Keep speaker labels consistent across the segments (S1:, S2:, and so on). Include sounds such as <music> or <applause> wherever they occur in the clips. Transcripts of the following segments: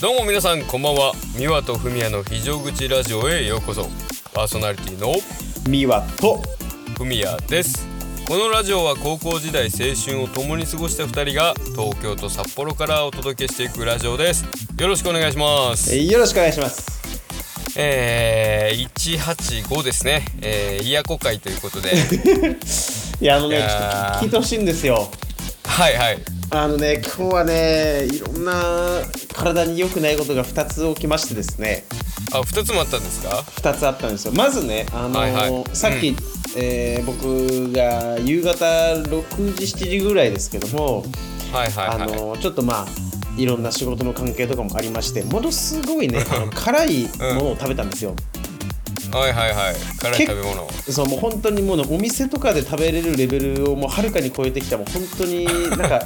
S1: どうも皆さんこんばんは美和と文也の非常口ラジオへようこそパーソナリティの
S2: ミワと
S1: 文也ですこのラジオは高校時代青春を共に過ごした2人が東京と札幌からお届けしていくラジオですよろしくお願いします
S2: えーよろしくお願いします
S1: えー、185ですね、えー、イヤコ会ということ
S2: <laughs>
S1: で
S2: いやあのね
S1: い
S2: ちょ
S1: や
S2: っと
S1: ー
S2: 聞いてほしいんですよ
S1: はいはい
S2: あのね今日はねいろんな体に良くないことが2つ起きましてですね
S1: あ2つもあったんですか
S2: 2つあったんですよまずねあのー
S1: はいはい
S2: さっき、えー僕が夕方6時7時ぐらいですけども、
S1: はいはいは
S2: あ
S1: い
S2: のーちょっとまあいろんな仕事の関係とかもありましてものすご
S1: <laughs>
S2: いねあの辛いものを食べたんですよ、
S1: はいはいはい辛い食べ物
S2: そうもう本当にもうねお店とかで食べれるレベルをもうはるかに超えてきたもう本当
S1: <laughs>
S2: になんか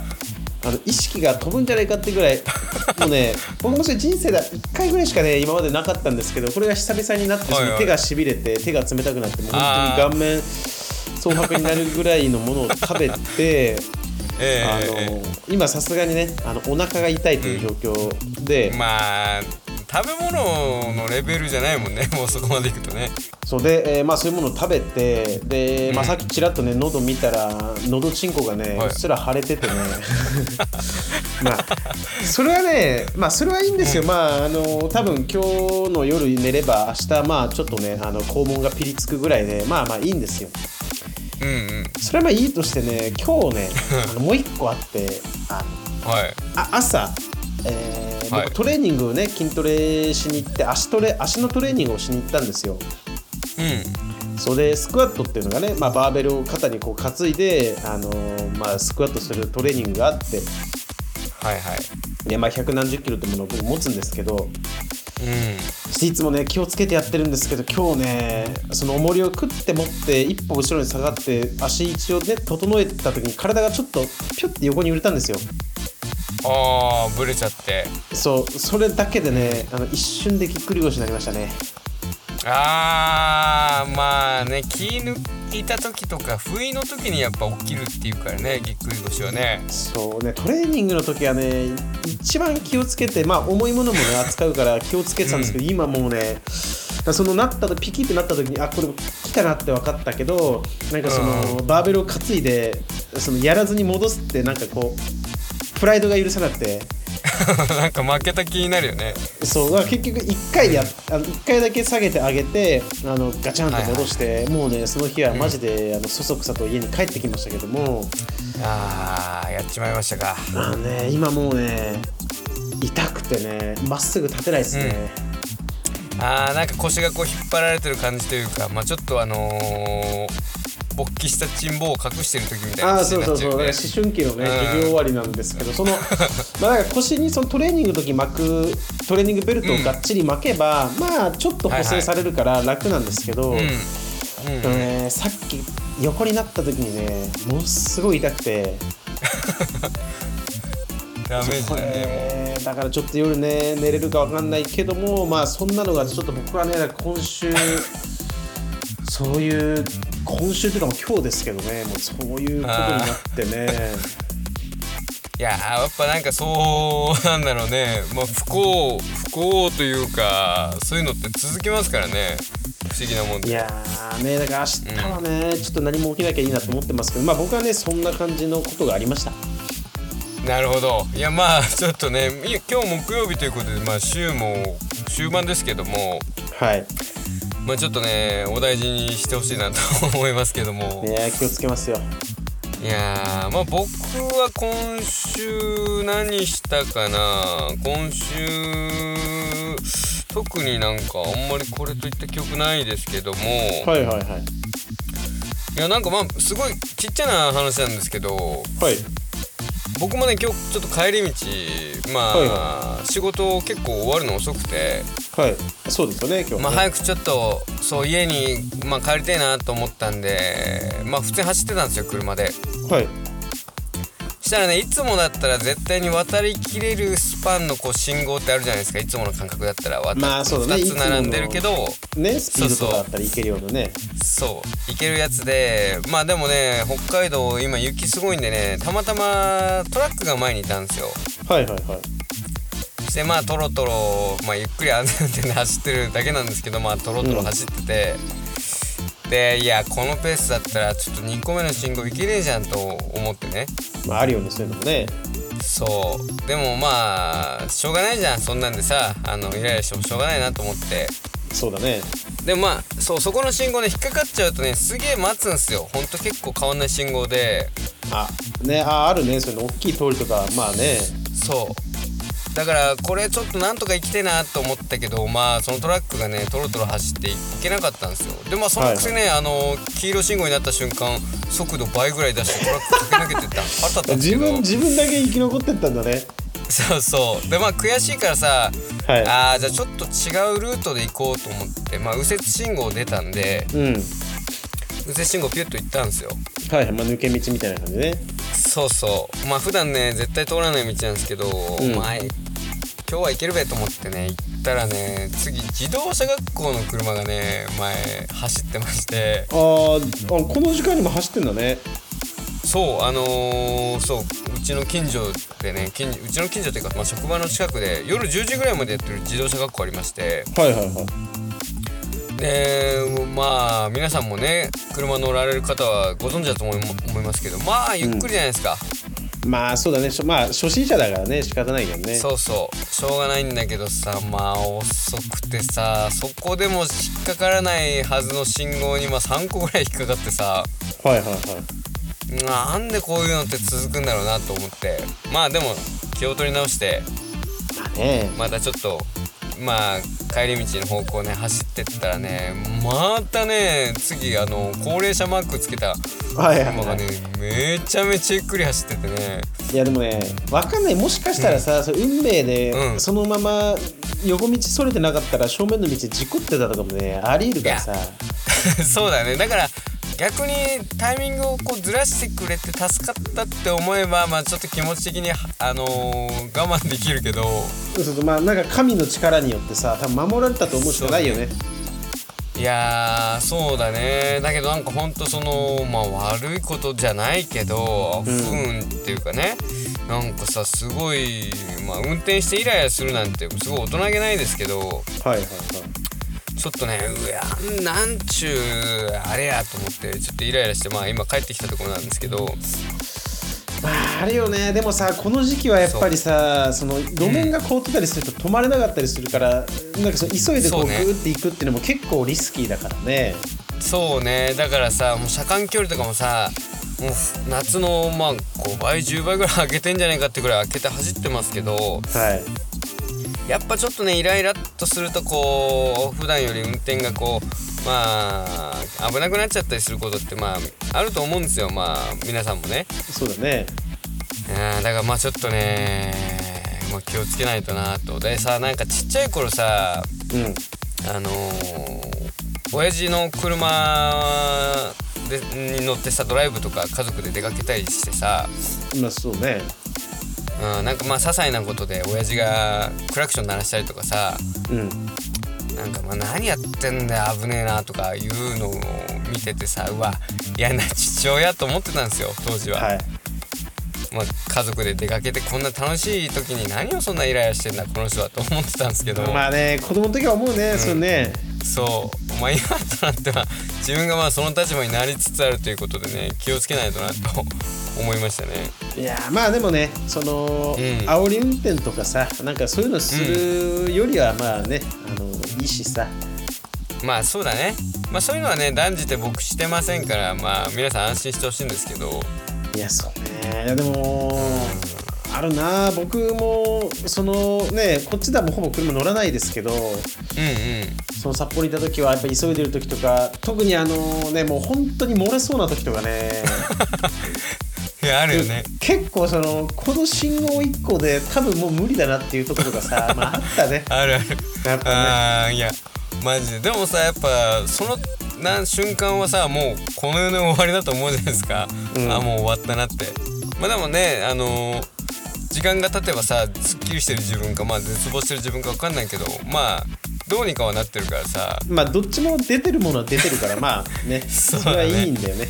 S2: あの意識が飛ぶんじゃないかってぐ
S1: <laughs>
S2: らいもうね僕もそれ人生で1回ぐらいしかね今までなかったんですけどこれが久々になってしまって、
S1: はいはい
S2: 手がしびれて手が冷たくなってもう本
S1: あー
S2: 当に顔面蒼白になるぐらいのものを食べて
S1: <laughs> え
S2: あ
S1: ー、え
S2: の今さすがにねあのお腹が痛いという状況で、
S1: ーまあ食べ物のレベルじゃないもんね <laughs> もうそこまでいくとね
S2: そうで、えーまあ、そういうものを食べてで、まあ、
S1: うん
S2: さっきちらっとね喉見たら喉チンコがね、
S1: はいう
S2: っすら腫れ
S1: <laughs>
S2: ててねまあそれはねまあそれはいいんですよ、まああの多分今日の夜寝れば明日まあちょっとねあの肛門がピリつくぐらいでまあまあいいんですよ
S1: うんうん
S2: それはまあいいとしてね今
S1: <laughs>
S2: 日ねあのもう一個あってあの
S1: はい
S2: あ朝、えー
S1: はい
S2: 僕トレーニングをね筋トレしに行って足トレ足のトレーニングをしに行ったんですよ
S1: うん
S2: それでスクワットっていうのがね、まあ、バーベルを肩にこう担いで、あのーまあ、スクワットするトレーニングがあって
S1: はいはい
S2: で、まあ、百何十キロってものを僕持つんですけど
S1: う
S2: いつもね気をつけてやってるんですけど今日ねその重りを食って持って一歩後ろに下がって足位置をね整えた時に体がちょっとピュッて横に揺れたんですよ
S1: んああぶれちゃって
S2: そうそれだけでねあの一瞬でぎっくり腰になりましたね
S1: あーまあね気抜いた時とか不意の時にやっぱ起きるっていうからねぎっくり腰はね <laughs>
S2: そうねトレーニングの時はね一番気をつけてまあ重いものもね扱う <laughs> から気をつけてたんですけど、今もうねそのなったとピキってなった時にあこれ来たなって分かったけどなんかその、バーベルを担いでそのやらずに戻すってなんかこうプライドが許さなくて
S1: なんか負けた気になるよね
S2: そうだから結局1回やあの1回だけ下げてあげてあのガチャンと戻して、もうねその日はマジで、あのそそくさと家に帰ってきましたけども。
S1: あーやっちまいましたか
S2: まあね今もうね痛くてねまっすぐ立てないですね、
S1: あーなんか腰がこう引っ張られてる感じというかまあちょっとあのー勃起したチンボを隠してる時みたいな
S2: ああ
S1: 感じ
S2: そ
S1: に
S2: う
S1: な
S2: そ
S1: っ
S2: う
S1: ち
S2: そ
S1: ゃ
S2: う
S1: うよ
S2: だか
S1: ね
S2: ら思春期のね
S1: うん
S2: 授業終わりなんですけどその <laughs> まあなんか腰にそのトレーニングの時巻くトレーニングベルトをがっちり巻けば、まあちょっと補正されるから楽なんですけど、
S1: うんうん
S2: あのねさっき横になった時にねものすごい痛くて
S1: ダメージ
S2: こ
S1: だね
S2: れだからちょっと夜ね寝れるかわかんないけどもまあそんなのがちょっと僕はね今週そういう今週というかもう今日ですけどねもうそういうことになってね
S1: いやーやっぱなんかそうなんだろうね、まあ、不幸不幸というかそういうのって続きますからね不思議なもん
S2: い
S1: で
S2: やーねだから明日はね、ちょっと何も起きなきゃいいなと思ってますけどまあ僕はねそんな感じのことがありました
S1: なるほどいやまあちょっとねい今日木曜日ということで、まあ、週も終盤ですけども、
S2: はい
S1: まあ、ちょっとねお大事にしてほしいなと思いますけども
S2: ね気をつけますよ
S1: いやーまあ僕は今週何したかな今週特になんかあんまりこれといった記憶ないですけども、
S2: はいはいはい
S1: いやなんかまあすごいちっちゃな話なんですけど
S2: はい
S1: 僕もね今日ちょっと帰り道まあ、
S2: はい
S1: 仕事結構終わるの遅くて、
S2: はいそうですよね今日はね
S1: まあ、早くちょっとそう家に、まあ、帰りたいなと思ったんでまあ普通に走ってたんですよ車で
S2: はい
S1: したらねいつもだったら絶対に渡りきれるスパンのこう信号ってあるじゃないですかいつもの感覚だったら渡
S2: まあそうだね
S1: 2つ並んでるけど、
S2: ねスピードとかだったらいけるようなね
S1: そう行けるやつでまあでもね北海道今雪すごいんでねたまたまトラックが前にいたんですよ
S2: はいはいはい
S1: でまあトロトロ、まあ、ゆっくり安全運転で走ってるだけなんですけどまあトロトロ走ってて、でいやこのペースだったらちょっと2個目の信号いけねえじゃんと思ってね
S2: まああるよねそういうのもね
S1: そうでもまあしょうがないじゃんそんなんでさあのイライラしてもしょうがないなと思って
S2: そうだね
S1: でもまあそうそこの信号ね引っかかっちゃうとねすげえ待つんすよほんと結構変わんない信号で
S2: あねああるねそういうの大きい通りとかまあね
S1: そうだからこれちょっとなんとか行きてえなと思ったけどまあそのトラックがねトロトロ走って行けなかったんですよでまあそのくせね、あの黄色信号になった瞬間速度倍ぐらい出してトラック駆け抜けてった腹立ったんですけ
S2: <laughs>
S1: ど
S2: 自分自分だけ生き残ってったんだね
S1: そうそうでまあ悔しいからさ、
S2: はい
S1: あーじゃあちょっと違うルートで行こうと思ってまあ右折信号出たんで
S2: うんはい
S1: 右折信号ピュッと行ったんですよ
S2: はい、まあ、抜け道みたいな感じね
S1: そうそうまあ普段ね絶対通らない道なんですけど、
S2: うん
S1: まあ今日は行けるべと思ってね行ったらね次自動車学校の車がね前走ってまして
S2: あーあこの時間にも走ってんだね
S1: そうあのーそううちの近所でね近うちの近所っていうか、まあ、職場の近くで夜10時ぐらいまでやってる自動車学校ありまして
S2: はいはいはい
S1: でまあ皆さんもね車乗られる方はご存知だと思い思いますけどまあゆっくりじゃないですか、
S2: まあそうだねしょまあ初心者だからね仕方ないけどね
S1: そうそうしょうがないんだけどさまあ遅くてさそこでも引っかからないはずの信号にまあ3個ぐらい引っかかってさ
S2: はいはいはい
S1: なんでこういうのって続くんだろうなと思ってまあでも気を取り直して
S2: まあね
S1: またちょっとまあ帰り道の方向ね走ってったらねまたね次あの高齢者マークつけた
S2: はいはい
S1: 車
S2: は
S1: がね
S2: い
S1: めちゃめちゃゆっくり走っててね <laughs>
S2: いやでもね分かんないもしかしたらさ、それ運命で、
S1: うん
S2: そのまま横道それてなかったら正面の道で事故ってたとかもねありえるからさ
S1: そうだねだから逆にタイミングをこうずらしてくれて助かったって思えば、まあ、ちょっと気持ち的には、あのー我慢できるけど
S2: そうそうまあなんか神の力によってさ多分守られたと思うしかないよね
S1: いやーそうだねだけどなんかほんとその、まあ、悪いことじゃないけど、不運っていうかねなんかさすごい、まあ、運転してイライラするなんてすごい大人げないですけど
S2: はいはいはい
S1: ちょっとねうやなんちゅうあれやと思ってちょっとイライラして、まあ、今帰ってきたところなんですけど。
S2: まああれよねでもさこの時期はやっぱりさその路面が凍ってたりすると止まれなかったりするから、なんかその急いでこ
S1: そ
S2: う
S1: う
S2: グ
S1: ね
S2: ーっていくっていうのも結構リスキーだからね
S1: そうねだからさもう車間距離とかもさもうふ夏のまあ5倍10倍ぐらい開けてんじゃないかってぐらい開けて走ってますけど
S2: はい
S1: やっぱちょっとねイライラっとするとこう普段より運転がこうまあ危なくなっちゃったりすることってまああると思うんですよまあ皆さんもね
S2: そうだね
S1: うんだからまあちょっとねもう気をつけないとなとでさなんかちっちゃい頃さ
S2: うん
S1: あのー、親父の車でに乗ってさドライブとか家族で出かけたりしてさ、
S2: まあそうね
S1: うん、なんかまあ些細なことで親父がクラクション鳴らしたりとかさ
S2: うん
S1: なんかまあ何やってんだよ危ねえなとかいうのを見ててさうわ嫌な父親と思ってたんですよ当時は、
S2: はい
S1: まあ、家族で出かけてこんな楽しい時に何をそんなイライラしてんだこの人はと思ってたんですけど、
S2: まあね子供の時は思うね、そうね
S1: そうまあ今となっては自分がまあその立場になりつつあるということでね気をつけないとなと思いましたね
S2: いやーまあでもねその、
S1: うん
S2: 煽り運転とかさなんかそういうのするよりはまあね、あのいいしさ
S1: まあそうだねまあそういうのはね断じて僕してませんからまあ皆さん安心してほしいんですけど
S2: いやそうねいやでも、あるな僕もそのねこっちではもうほぼ車乗らないですけど
S1: うんうん
S2: その札幌にいた時はやっぱ急いでる時とか特にあのねもう本当に漏れそうな時とかね
S1: いやあるよ <laughs> ね
S2: 結構そのこの信号1個で多分もう無理だなっていうところが
S1: <laughs>
S2: さまああったね
S1: あるある
S2: やっぱ
S1: あーいやマジででもさやっぱそのな瞬間はさもうこの世の終わりだと思うじゃないですか、
S2: うん
S1: あもう終わったなってまあでもねあのー時間が経てばさすっきりしてる自分かまあ絶望してる自分か分かんないけどまあどうにかはなってるからさ
S2: ねまあどっちも出てるものは出てるからまあね
S1: <laughs> そう
S2: れ
S1: だ
S2: は
S1: ね
S2: いいんだよね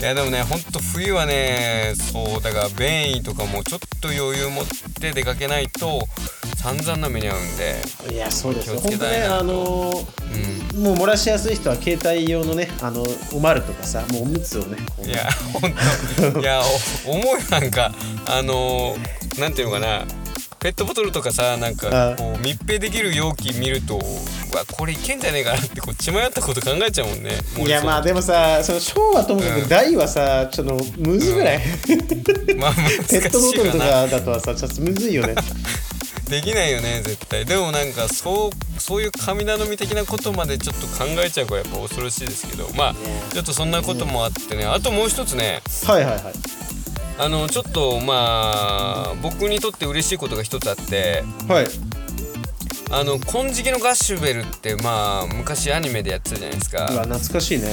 S1: いやでもねほんと冬はねそうだから便意とかもちょっと余裕持って出かけないと散々な目に遭うんで
S2: いやそうですよ
S1: 気をつ
S2: 本
S1: け
S2: 当
S1: たい
S2: ね
S1: な
S2: あのーもう漏らしやすい人は携帯用のねあのおまるとかさもうおむつをねこう
S1: いやほんといやお思いなんかあのー、なんていうのかなペットボトルとかさなん
S2: う
S1: か
S2: ん
S1: こう密閉できる容器見るとうわこれいけんじゃねえかなってこう血迷ったこと考えちゃうもんねもう
S2: いや
S1: そう
S2: まあでもさその小はともか
S1: うん
S2: く大はさちょっとむずぐらい、 <laughs>
S1: まあ難し
S2: ペットボ
S1: い
S2: トル
S1: よ
S2: と
S1: な
S2: かだとはさちょっとむずい
S1: <laughs>
S2: よね
S1: できないよね絶対でもなんかそうそういう神頼み的なことまでちょっと考えちゃうからやっぱ恐ろしいですけどまあちょっとそんなこともあってねあともう一つね
S2: はいはいはい
S1: あのちょっとまあ僕にとって嬉しいことが一つあって
S2: はい
S1: あの金色のガッシュベルってまあ昔アニメでやってたじゃないです
S2: うわ
S1: か
S2: 懐かしいね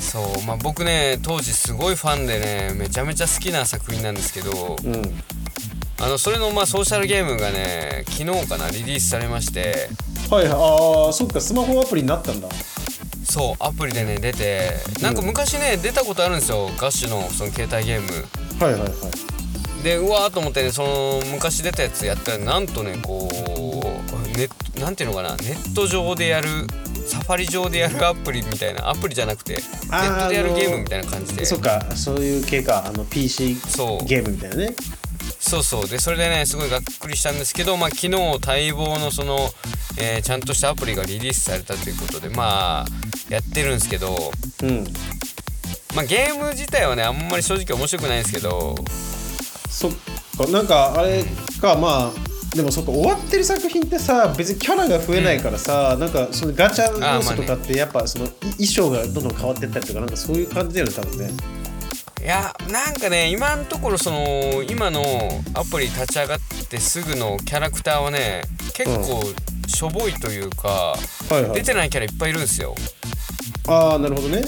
S1: そうまあ僕ね当時すごいファンでねめちゃめちゃ好きな作品なんですけど
S2: うん
S1: あのそれのまあソーシャルゲームがね昨日かなリリースされまして
S2: はいはいああそっかスマホアプリになったんだ
S1: そうアプリでね出てなんか昔ね出たことあるんですよガッシュのその携帯ゲーム
S2: はいはいはい
S1: でうわーと思ってねその昔出たやつやったらなんとねこうネットなんていうのかなネット上でやるサファリ上でやるアプリみたいなアプリじゃなくてネ
S2: あー
S1: ットでやるゲームみたいな感じで
S2: そっかそういう系かあの PC
S1: そう
S2: ゲームみたいなね
S1: そうそうでそれでねすごいがっくりしたんですけど、まあ、昨日待望のその、えーちゃんとしたアプリがリリースされたということでまあやってるんですけど、
S2: うん
S1: まあ、ゲーム自体はねあんまり正直面白くないんですけど
S2: そっかなんかあれかまあでもそっか終わってる作品ってさ別にキャラが増えないからさ、なんかそのガチャ要素とかってやっぱそのい衣装がどんどん変わってったりとかなんかそういう感じだよね多分ね
S1: いやなんかね今のところその今のアプリ立ち上がってすぐのキャラクターはね結構しょぼいというか、
S2: はいは
S1: 出
S2: い
S1: てないキャラいっぱいいるんですよ
S2: ああなるほどね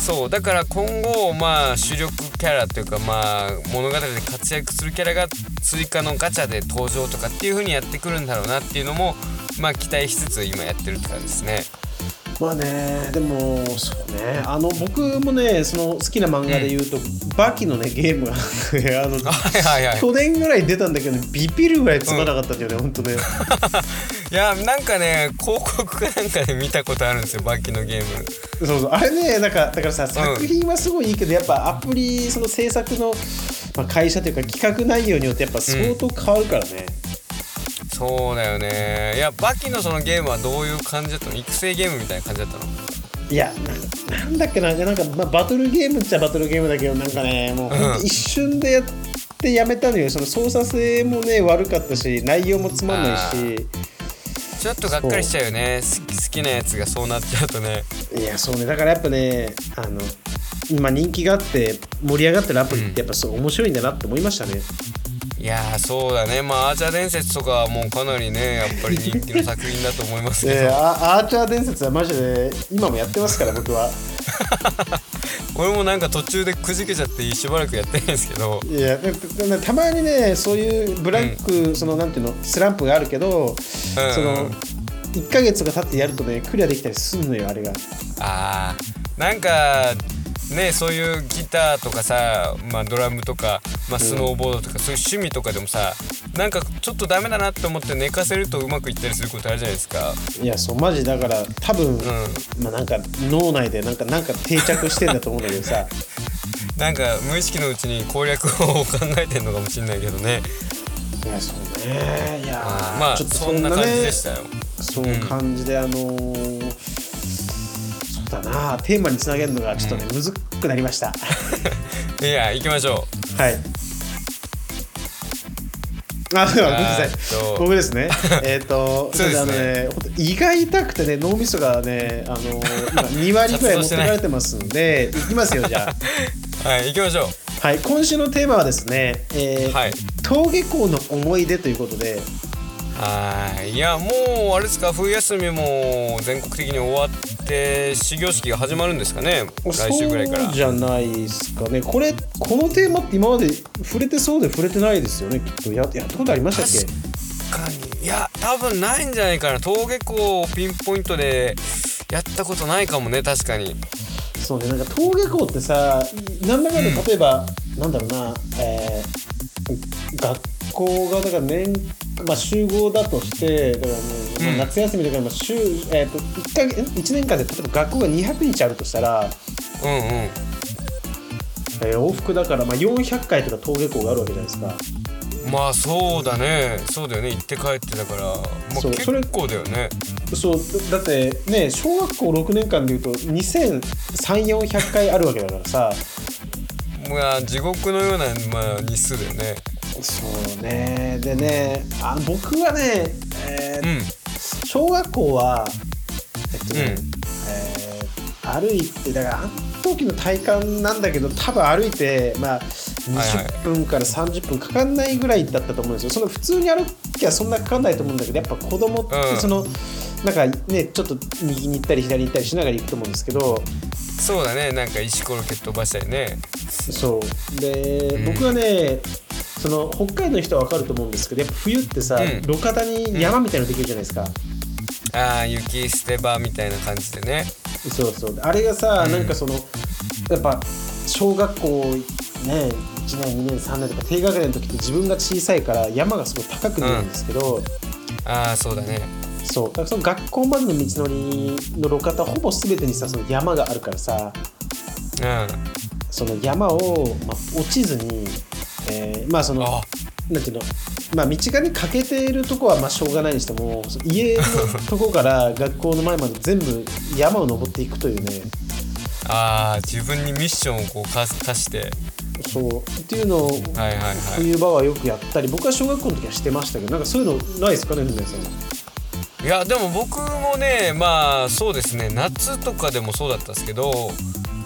S1: そうだから今後まあ主力キャラというかまあ物語で活躍するキャラが追加のガチャで登場とかっていう風にやってくるんだろうなっていうのもまあ期待しつつ今やってるって感じですね
S2: まあねでもそうねあの僕もねその好きな漫画で言うと、バキのねゲームがあ <laughs> の
S1: <laughs> はいはいはい
S2: 去年ぐらい出たんだけど、ビビるぐらいつまらなかったんだよね、ほんとね
S1: <laughs> いやなんかね広告かなんかで見たことあるんですよバッキのゲーム
S2: そうそうあれねなんかだからさ作品はすごいいいけど、やっぱアプリその制作の、まあ、会社というか企画内容によってやっぱ相当変わるからね、
S1: そうだよねいやバキのそのゲームはどういう感じだったの育成ゲームみたいな感じだったの
S2: いやななんだっけななんか、まあ、バトルゲームっちゃバトルゲームだけどなんかねもうほんと一瞬でやってやめたのよその操作性もね悪かったし内容もつまんないし
S1: ちょっとがっかりしちゃうよね好き好きなやつがそうなっちゃうとね
S2: いやそうねだからやっぱねあの今人気があって盛り上がってるアプリってやっぱそう面白いんだなって思いましたね、
S1: いやーそうだねまあアーチャー伝説とかはもうかなりねやっぱり人気の作品だと <laughs> 思いますけど、
S2: えーあアーチャー伝説はマジで今もやってますから僕は。
S1: 俺もなんか途中でくじけちゃってしばらくやってないんですけど
S2: いやだだだたまにねそういうブラック、そのなんていうのスランプがあるけど、その1ヶ月とか経ってやるとねクリアできたりすんのよあれが
S1: あーなんかねそういうギターとかさ、まあ、ドラムとか、まあ、スノーボードとか、そういう趣味とかでもさなんかちょっとダメだなって思って寝かせるとうまくいったりすることあるじゃないですか
S2: いやそうマジだから多分、
S1: ん
S2: まあなんか脳内でなんかなんか定着してんだと思うんだけどさ <laughs>
S1: なんか無意識のうちに攻略法を考えてるのかもしれないけどね
S2: いやそうねいやー
S1: まあそんな感じでしたよ
S2: そう感じで、あのーそうだなテーマにつなげるのがちょっとね、むずくなりました
S1: <laughs> いや行きましょ
S2: はいあ、ごめんなさ
S1: え
S2: い
S1: ーっと。
S2: 僕で
S1: <laughs>
S2: すね。えーっと、
S1: そうですね
S2: あのね、ほんと胃が痛くてね、脳みそがね、あの、今2
S1: <laughs>
S2: 割ぐらい持ってかれてますんで、いきますよ、じゃ
S1: う <laughs> はい行きましょう
S2: あ。はい、今週のテーマはですね、えー
S1: はい
S2: 登下校の思い出ということで、
S1: はいいやもうあれですか冬休みも全国的に終わって始業式が始まるんですかね来週ぐらいから
S2: そうじゃないですかね。これ、このテーマって今まで触れてそうで触れてないですよね、きっと。ややったことありましたっけ
S1: かにいや多分ないんじゃないかな登下校をピンポイントでやったことないかもね確かに
S2: そうねなんか登下校ってさ何だかんだ
S1: うん
S2: 例えば、なんだろうな、えー学校がだから年、まあ、集合だとしてだからもう、
S1: うん
S2: まあ夏休みとか今週、えー、と 1, か1年間で例えば学校が200日あるとしたら、
S1: うんうん
S2: えー往復だから、まあ、400回とか登下校があるわけじゃないですか。
S1: まあそうだねそうだよね行って帰ってだから、まあ、
S2: そうそれ
S1: 結構だよね
S2: そうだだってね小学校6年間でいうと2300400回あるわけだからさ
S1: まあ地獄のような、まあ、日数だよね
S2: そうねでねあ僕はね、えー
S1: うん
S2: 小学校はえっとね、
S1: うん
S2: えー歩いてだからあの時の体感なんだけど多分歩いてまあ
S1: はい
S2: 20分から30分かかんないぐらいだったと思うんですよその普通に歩きゃそんなかかんないと思うんだけどやっぱ子供って
S1: うん
S2: その、なんかねちょっと右に行ったり左に行ったりしながら行くと思うんですけど
S1: そうだねなんか石ころ蹴っ飛ばしたりね
S2: そうで、
S1: うん
S2: 僕はねその北海道の人は分かると思うんですけどやっぱ冬ってさ、
S1: うん
S2: 路肩に山みたいなのできるじゃないですか、
S1: ああ雪捨て場みたいな感じでね
S2: そうそうあれがさ、
S1: うん
S2: なんかそのやっぱ小学校ね1年2年3年とか低学年の時って自分が小さいから山がすごい高く見えるんですけど、
S1: ああそうだね
S2: そうだからその学校までの道のりの路肩ほぼ全てにさその山があるからさ
S1: うんあ
S2: その山を、まあ、落ちずに、えーまあそのなんていうのまあ道がね欠けているとこはまあしょうがないにしてもその家のとこから学校の前まで全部山を登っていくというね
S1: あー自分にミッションをこう課課して
S2: そうっていうのを
S1: はいはいはい
S2: 冬場はよくやったり僕は小学校の時はしてましたけどなんかそういうのないですかね文也さん
S1: いやでも僕もねまあそうですね夏とかでもそうだったんですけど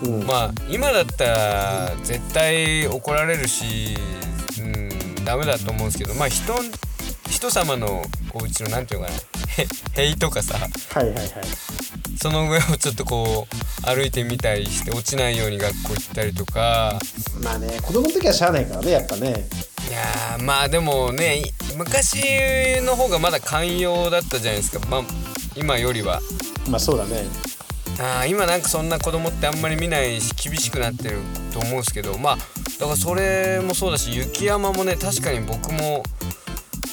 S2: うん
S1: まあ今だったら絶対怒られるし、うん、ダメだと思うんですけどまあ人ん人様のお家のなんていうのかなへ塀とかさ
S2: はいはいはい
S1: その上をちょっとこう歩いてみたりして落ちないように学校行ったりとか
S2: まあね子供の時はしゃあないからねやっぱね
S1: いやーまあでもねい昔の方がまだ寛容だったじゃないですか、まあ、今よりは。
S2: まあそうだね
S1: あー今なんかそんな子供ってあんまり見ないし厳しくなってると思うんですけどまあだからそれもそうだし雪山もね確かに僕も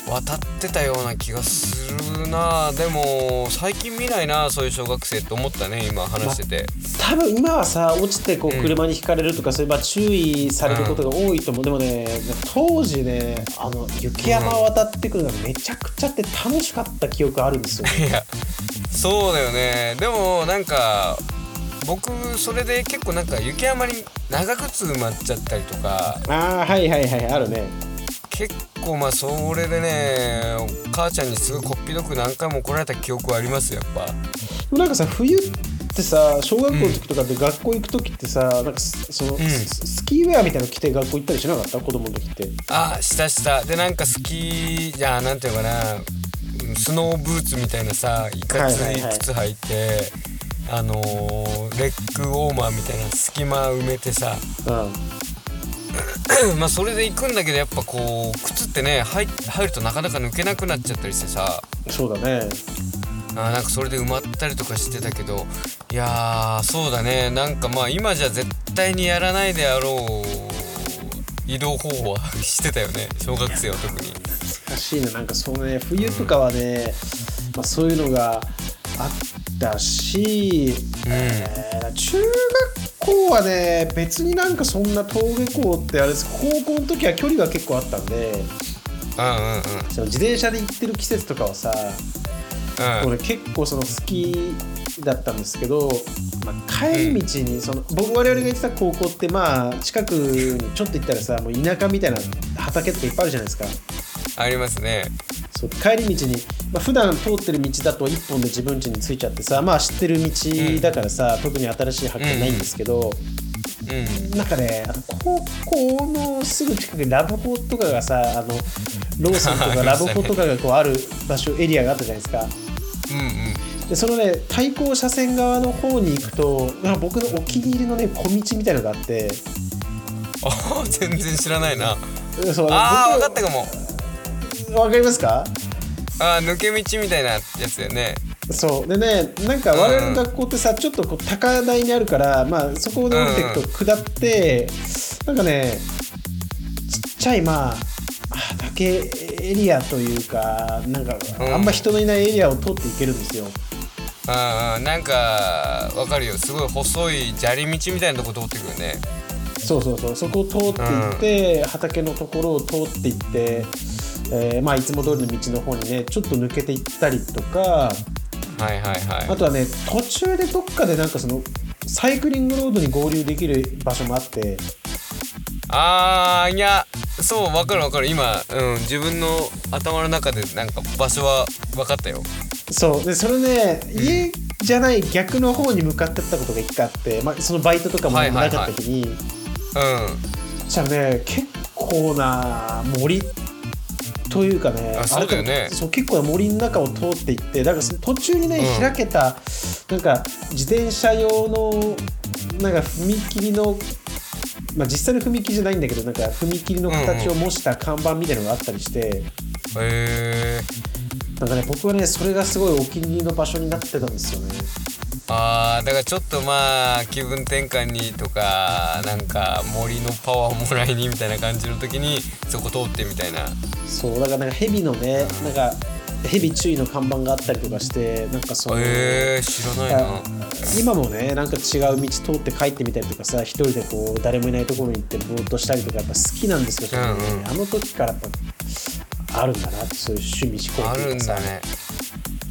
S1: 渡ってたような気がするなでも最近見ないなそういう小学生って思ったね今話してて、
S2: 多分今はさ落ちてこ
S1: う
S2: うん車にひかれるとか、そういえば注意されることが多いと思う、でもね当時ねあの雪山を渡ってくるのがめちゃくちゃって楽しかった記憶あるんですよ、ね、
S1: いやそうだよねでもなんか僕それで結構なんか雪山に長靴埋まっちゃったりとか
S2: ああはいはいはいあるね
S1: 結構まあそれでね母ちゃんにすごいこっぴどく何回も怒られた記憶はありますやっぱ
S2: でもなんかさ冬ってさ小学校の時とかで学校行く時ってさ、なんかすその、
S1: ん
S2: ススキーウェアみたいなの着て学校行ったりしなかった子供の時って
S1: あしたしたでなんかスキーじゃあなんていうのかなうんスノーブーツみたいなさいかつ
S2: はいはい
S1: い
S2: はい
S1: 靴履いて、あのーレッグウォーマーみたいな隙間埋めてさ <clears throat>
S2: うん
S1: まあそれで行くんだけどやっぱこう靴ってね入入るとなかなか抜けなくなっちゃったりしてさ
S2: そうだね
S1: あーなんかそれで埋まったりとかしてたけどいやーそうだねなんかまあ今じゃ絶対にやらないであろう移動方法は <laughs> してたよね小学生は特に。
S2: 難しいななんかそのね冬とかはね、まあ、そういうのがあったし、
S1: うん
S2: えー中学校はね別になんかそんな登下校ってあれです高校の時は距離が結構あったんで
S1: うんうんうん
S2: その自転車で行ってる季節とかはさ
S1: うん
S2: 俺結構その好きだったんですけど、まあ、帰り道にその僕我々が行ってた高校ってまあ近くにちょっと行ったらさもう田舎みたいな畑とかいっぱいあるじゃないですか。
S1: ありますね。
S2: そう帰り道に、まあ普段通ってる道だと1本で自分家に着いちゃってさまあ知ってる道だからさ、特に新しい発見ないんですけど、
S1: うん。
S2: なんかねあの高校のすぐ近くにラブホとかがさあのローソンと
S1: <laughs> ありましたね
S2: かラブホとかがこうある場所エリアがあったじゃないですか
S1: うんうん。
S2: でそのね対向車線側の方に行くとなんか僕のお気に入りのね小道みたいのがあって
S1: ああ、全然知らないな。
S2: そう
S1: ああ、
S2: 僕
S1: 分かったかも。
S2: わかりますか
S1: ああ、抜け道みたいなやつだよね。
S2: そうでねなんか我々の学校ってさ、ちょっとこう高台にあるから、まあ、そこで降りていくと下って、なんかねちっちゃいまあ畑エリアというかなんか
S1: うん
S2: あんま人のいないエリアを通っていけるんですよ、
S1: うんうんなんかわかるよすごい細い砂利道みたいなとこ通ってくるね
S2: そうそうそうそこを通っていって、畑のところを通っていって、えーまあ、いつも通りの道の方にねちょっと抜けていったりとか
S1: はいはいはい
S2: あとはね途中でどっかでなんかそのサイクリングロードに合流できる場所もあって
S1: あーいやそうわかるわかる今、うん、自分の頭の中でなんか場所は分かったよ
S2: そうでそれね家じゃない逆の方に向かってったことが一回あって、まあ、そのバイトとかも
S1: は
S2: ない
S1: はいはい
S2: かった時に、
S1: う
S2: そしたらね結構な森というかね
S1: あそうだよね
S2: あれかそう結構な森の中を通っていってだからその途中にね、
S1: うん
S2: 開けたなんか自転車用のなんか踏切の、まあ、実際の踏切じゃないんだけどなんか踏切の形を模した看板みたいなのがあったりして。
S1: んへえ
S2: なんかね、僕はね、それがすごいお気に入りの場所になってたんですよね。
S1: あーだからちょっとまあ気分転換にとかなんか森のパワーをもらいにみたいな感じの時にそこ通ってみたいな
S2: そう、だからなんか蛇のね、なんか蛇注意の看板があったりとかして、なんかそう、
S1: へえ知らないな
S2: 今もね、なんか違う道通って帰ってみたりとかさ、一人でこう誰もいないところに行ってぼーっとしたりとかやっぱ好きなんですけど、
S1: うんうん
S2: それねあの時からやっぱあるんだなってそういう趣味思考
S1: あ
S2: ってい
S1: る
S2: うんかさ
S1: だね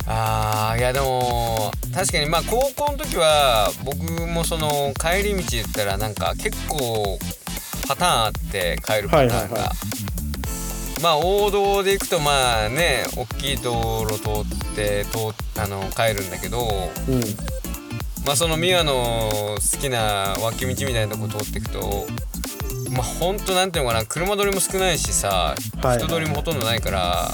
S1: あーいやでも確かにまあ高校の時は僕もその帰り道言ったらなんか結構パターンあって帰るパターンが、
S2: はいはいは
S1: まあ王道で行くとまあね大きい道路通って通あの帰るんだけど
S2: うん、
S1: まあその美和の好きな脇道みたいなとこ通っていくとまあほんとなんていうのかな車通りも少ないしさ
S2: はい
S1: 人通りもほとんどないから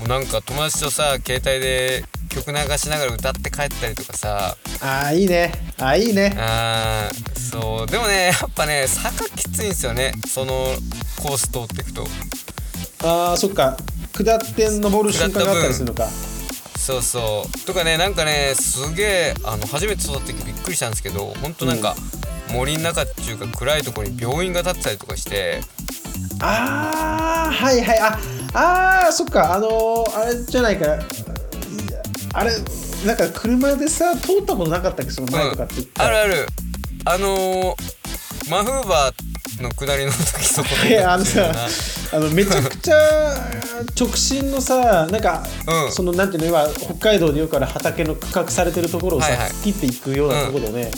S1: もうなんか友達とさ携帯で曲流しながら歌って帰ったりとかさ
S2: ああいいねああいいね
S1: あーそうでもねやっぱね坂きついんですよねそのコース通っていくと
S2: ああそっか下って登る瞬間があったりするのか
S1: そうそうとかねなんかねすげえあの初めて育った時びっくりしたんですけどほんとなんか森の中っていうか暗いところに病院が建ってたりとかして
S2: ああはいはいああーそっかあのー、あれじゃないかあれなんか車でさ通ったことなかったっけその前とかって言っ
S1: うん、あ
S2: た
S1: る
S2: ら、
S1: あるあのー、マフーバーの下りの時そこ
S2: <laughs> い
S1: <laughs>
S2: やあの
S1: だ
S2: さ
S1: な
S2: あのめちゃくちゃ直進のさなんか、
S1: うん
S2: そのなんていうの今北海道でよくある畑の区画されてるところをさ、
S1: はいはい
S2: 突っ切っていくようなところだよね、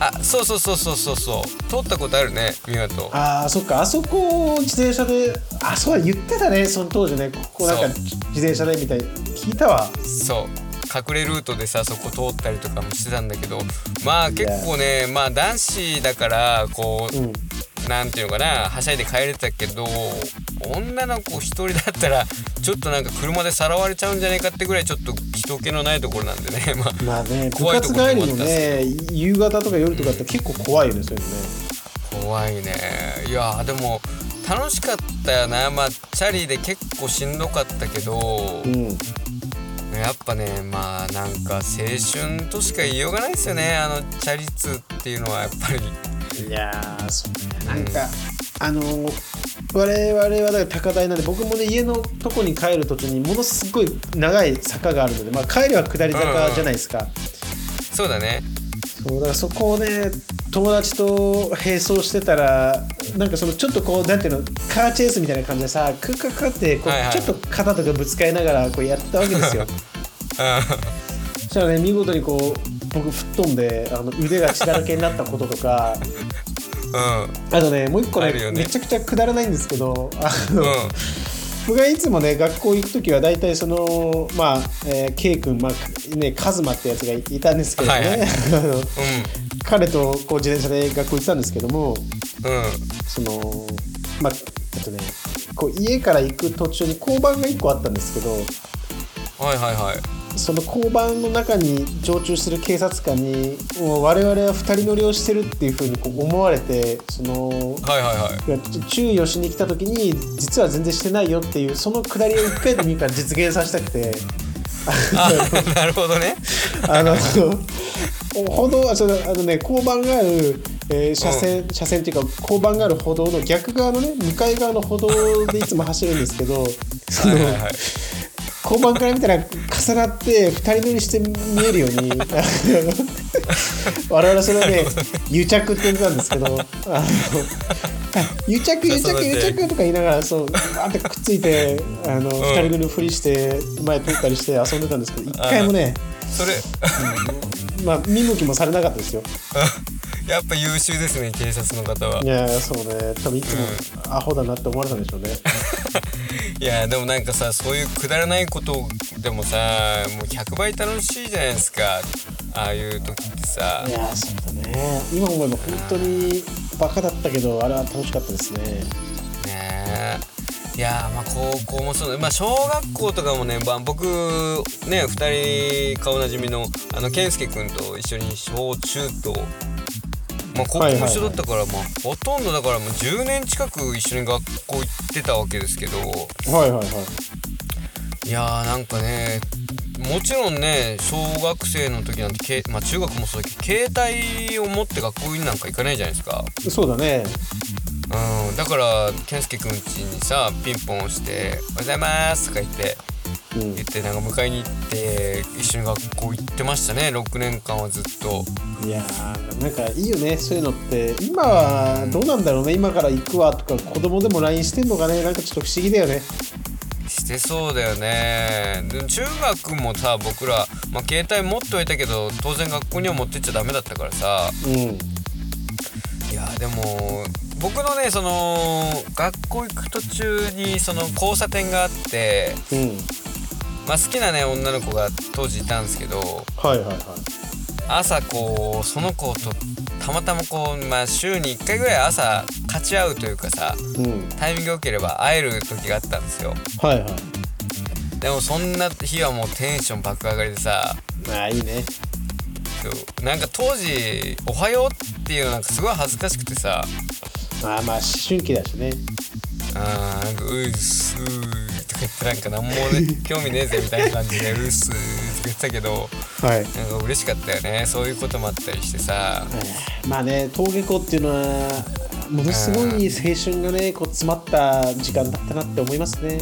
S1: あそうそうそうそうそうそう通ったことあるね美和と
S2: ああそっかあそこを自転車であそうだ言ってたねその当時ねここなんか
S1: そ
S2: 自転車でみたい聞いたわ
S1: そう隠れルートでさそこ通ったりとかもしてたんだけどまあ結構ねまあ男子だからこう、
S2: うん
S1: なんていうのかなはしゃいで帰れてたけど女の子一人だったらちょっとなんか車でさらわれちゃうんじゃないかってぐらいちょっと人気のないところなんでね <laughs> まあ
S2: まあね、部
S1: 怖いと
S2: 活
S1: こでもあった
S2: 帰
S1: ん
S2: りのね、夕方とか夜とかって結構怖いよね、それね。
S1: 怖いねいやーでも楽しかったよなまあチャリで結構しんどかったけど、
S2: うん。
S1: やっぱねまあなんか青春としか言いようがないですよねあのチャリ通っていうのはやっぱり
S2: いやー、そうね、なんか、あのー、我々はだから高台なんで、僕もね、家のとこに帰る途中にものすごい長い坂があるので、まあ、帰りは下り坂じゃないですか。
S1: そうだね
S2: そうだからそこをね友達と並走してたらなんかそのちょっとこうなんていうのカーチェイスみたいな感じでさクッカクカってこう、
S1: はいはい
S2: ちょっと肩とかぶつかりながらこうやってたわけです <laughs> よ。そしたらね見事にこう僕吹っ飛んであの腕が血だらけになったこととか
S1: う
S2: あとねもう一個
S1: あ
S2: ね
S1: るよね
S2: めちゃくちゃくだらないんですけどあ
S1: ん
S2: の、
S1: うん
S2: 僕がいつもね学校行く時は大体そのまあ、えー、K 君、まあね、カズマってやつがいたんですけどね、
S1: はいはい
S2: あの <laughs> 彼とこう自転車で学校行ってたんですけども
S1: うんうん
S2: そのまあえっとねこう家から行く途中に交番が1個あったんですけど
S1: はいはいはい
S2: その交番の中に常駐する警察官にもう我々は2人乗りをしてるっていうふうにこう思われてその
S1: はいはいはい
S2: いやちょ注意をしに来た時に実は全然してないよっていうそのくだりを1回でもいいから実現させたくて <laughs>
S1: あなるほどね
S2: あの歩道あそのあのね交番がある、えー車線、車線っていうか交番がある歩道の逆側のね向かい側の歩道でいつも走るんですけどその
S1: はいはいはい
S2: 交番から見たら重なって二人乗りして見えるようにあの我々それをね癒着って言ってたんですけどあの癒着癒
S1: 重なっ
S2: 着
S1: て
S2: 癒着とか言いながらそうバーってくっついてあの、二人乗りのふりして前通ったりして遊んでたんですけど一回もね
S1: それ <laughs>
S2: まあ見向きもされなかったですよ
S1: やっぱ優秀ですね警察の方はい
S2: やーそうね多分いつもアホだなって思われたんでしょうね、
S1: いやでもなんかさそういうくだらないことでもさもう100倍楽しいじゃないですかああいう時ってさ
S2: いやーそうだね今思えば本当にバカだったけどあれは楽しかったですね
S1: ねえいやーまあ高校もそうだ、まあ、小学校とかもね、まあ、僕ね2人顔なじみのあの健介君と一緒に小中と、まあ、高校
S2: はいはい
S1: も
S2: はい
S1: 一緒だったから、まあ、ほとんどだからもう10年近く一緒に学校行ってたわけですけど
S2: はいはいはい
S1: いやーなんかねもちろんね小学生の時なんて、けまあ、中学もそうだけど携帯を持って学校になんか行かないじゃないですか。
S2: そうだね
S1: うん、だから健介くんちにさピンポン押して「おはようございます」とか言って
S2: うん
S1: 言ってなんか迎えに行って一緒に学校行ってましたね6年間はずっと
S2: いやーなんかいいよねそういうのって今はどうなんだろうね今から行くわとか子供でも LINE してんのかねなんかちょっと不思議だよね
S1: してそうだよねで中学もさ僕ら、まあ、携帯持っておいたけど当然学校には持ってっちゃダメだったからさ
S2: うん
S1: いやでも僕のねその学校行く途中にその交差点があって、
S2: うん
S1: まあ、好きなね女の子が当時いたんですけど
S2: はいはいはい
S1: 朝こうその子とたまたまこう、まあ、週に1回ぐらい朝勝ち合うというかさ
S2: うん
S1: タイミング良ければ会える時があったんですよ
S2: はいはい
S1: でもそんな日はもうテンション爆上がりでさ
S2: ああいいね
S1: そうなんか当時「おはよう」っていうのなんかすごい恥ずかしくてさ
S2: ああまあ思春期だしね
S1: あーなんか「うっすー」とか言ってなんか何もね興味ねえぜみたいな感じで「うっすー」とか言ってたけど
S2: はい
S1: なんか嬉しかったよねそういうこともあったりしてさ
S2: まあね登下校っていうのはものすごい青春がねこう詰まった時間だったなって思いますね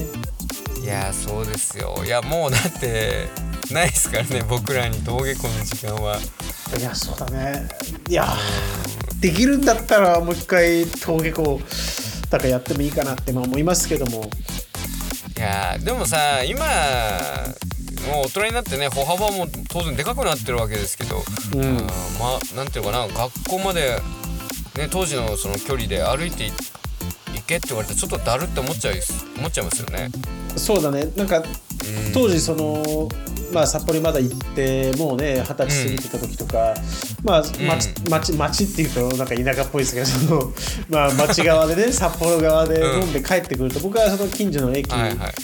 S1: いやーそうですよいやもうだってないですからね僕らに登下校の時間はい
S2: やそうだねいやできるんだったらもう一回登下校だからやってもいいかなってまあ思いますけども
S1: いやーでもさ今もう大人になってね歩幅も当然でかくなってるわけですけど、
S2: うん
S1: あーまあなんていうのかな学校まで、ね、当時のその距離で歩いてい行けって言われたらちょっとだるって思っちゃい思っちゃいますよね。
S2: そうだねなんか
S1: うん
S2: 当時その、まあ、札幌にまだ行ってもうね二十歳過ぎてた時とか、まあ町町町っていうとなんか田舎っぽいですけどその、まあ、町側でね札幌側で
S1: うん
S2: 飲んで帰ってくると、僕はその近所の駅、
S1: はいはい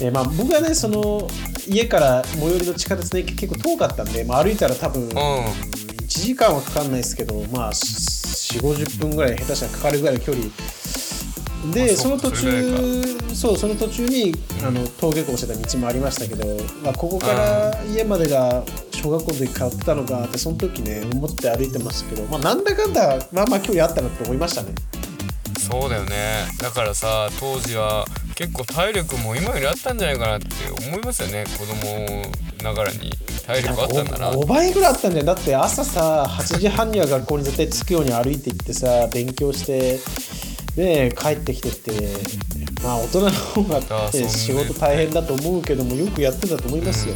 S2: えーまあ、僕はねその家から最寄りの地下鉄の駅結構遠かったんで、まあ、歩いたら多分1
S1: う
S2: 時間はかかんないですけど、まあ、4 5 0分ぐらい下手したらかかるぐらいの距離で
S1: あ
S2: そ
S1: そ
S2: の
S1: うか
S2: 途
S1: それぐら
S2: 中そうその途中にあの登下校してた道もありましたけど、まあ、ここから家までが小学校で通ってたのかってその時ね思って歩いてましたけど、まあ、なんだかんだまあまあ距離あったなって思いましたね
S1: んそうだよねだからさ当時は結構体力も今よりあったんじゃないかなって思いますよね子供ながらに体
S2: な
S1: 力
S2: んか
S1: あったんだな
S2: お5倍ぐらいあったんだよだって朝さ8時半には学校に絶対着くように歩いて行ってさ勉強してで帰ってきてってまあ大人の方が
S1: あそん
S2: ね
S1: な
S2: 仕事大変だと思うけどもよくやってたと思いますよ、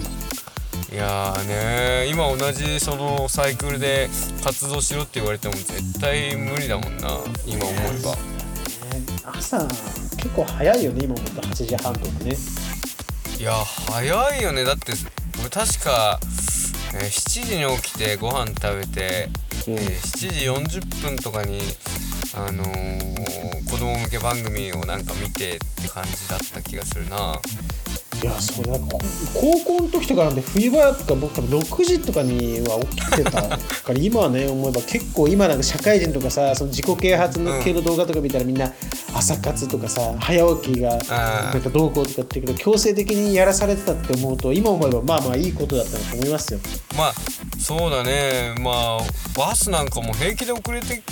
S1: いやーね今同じそのサイクルで活動しろって言われても絶対無理だもんな今思えば
S2: ね朝結構早いよね今ほんと8時半とかね
S1: いや早いよねだって俺確か、えー7時に起きてご飯食べて、
S2: うん
S1: えー7時40分とかにあのー子供向け番組をなんか見てって感じだった気がするな
S2: いやそれなんか高校の時とかなんで冬場とか僕多分6時とかには起きてただ <laughs> から今はね思えば結構今なんか社会人とかさその自己啓発の系の動画とか見たらみんな朝活とかさ早起きがなんかどうこうとかって言うけど強制的にやらされてたって思うと今思えばまあまあいいことだったなと思いますよ。
S1: まあそうだねまあバスなんかも平気で遅れて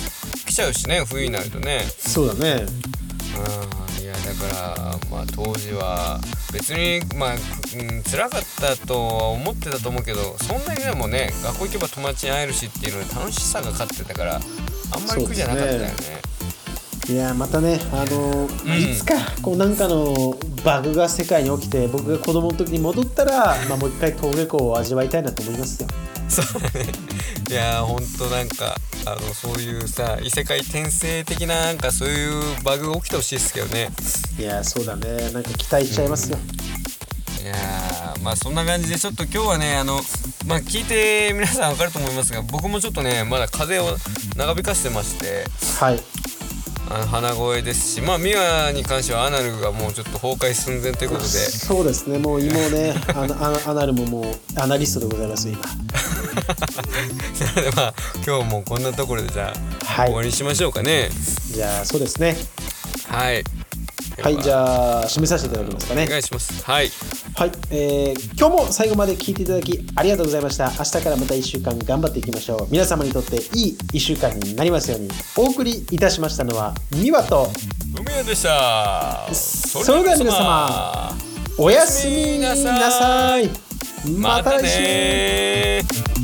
S1: きちゃうしね冬になるとね
S2: そうだね
S1: うんいやだからまあ当時は別にまあ、うん、辛かったとは思ってたと思うけどそんなにでもね学校行けば友達に会えるしっていうので楽しさが勝ってたからあんまり苦じゃなかったよね
S2: そうでいやまたね、あのいつかこうなんかのバグが世界に起きて僕が子供の時に戻ったら、 <laughs> まあ、もう一回登下校を味わいたいなと思いますよ。
S1: <laughs> そうだねいやーほんとなんかあのそういうさ異世界転生的ななんかそういうバグが起きてほしいですけどね
S2: いやそうだねなんか期待しちゃいますよ。
S1: いやーまあそんな感じでちょっと今日はねあのまあ聞いて皆さん分かると思いますが僕もちょっとねまだ風邪を長引かしてまして
S2: はい
S1: あの鼻声ですしまあミワに関してはアナルがもうちょっと崩壊寸前ということ
S2: <laughs>
S1: で
S2: そうですねもう今ねあのあのアナルももうアナリストでございます今
S1: なのでまあ今日もこんなところでじゃあ、
S2: はい
S1: 終わりにしましょうかね
S2: じゃあそうですね
S1: はい
S2: はいじ
S1: あ
S2: ゃあ締めさせていただきますか
S1: お
S2: ね
S1: 願いしますはい
S2: はい、えー今日も最後まで聞いていただきありがとうございました明日からまた1週間頑張っていきましょう皆様にとっていい1週間になりますようにお送りいたしましたのはミワと
S1: 梅屋でした
S2: それでは皆様おやすみなさい
S1: また
S2: また来週
S1: ねー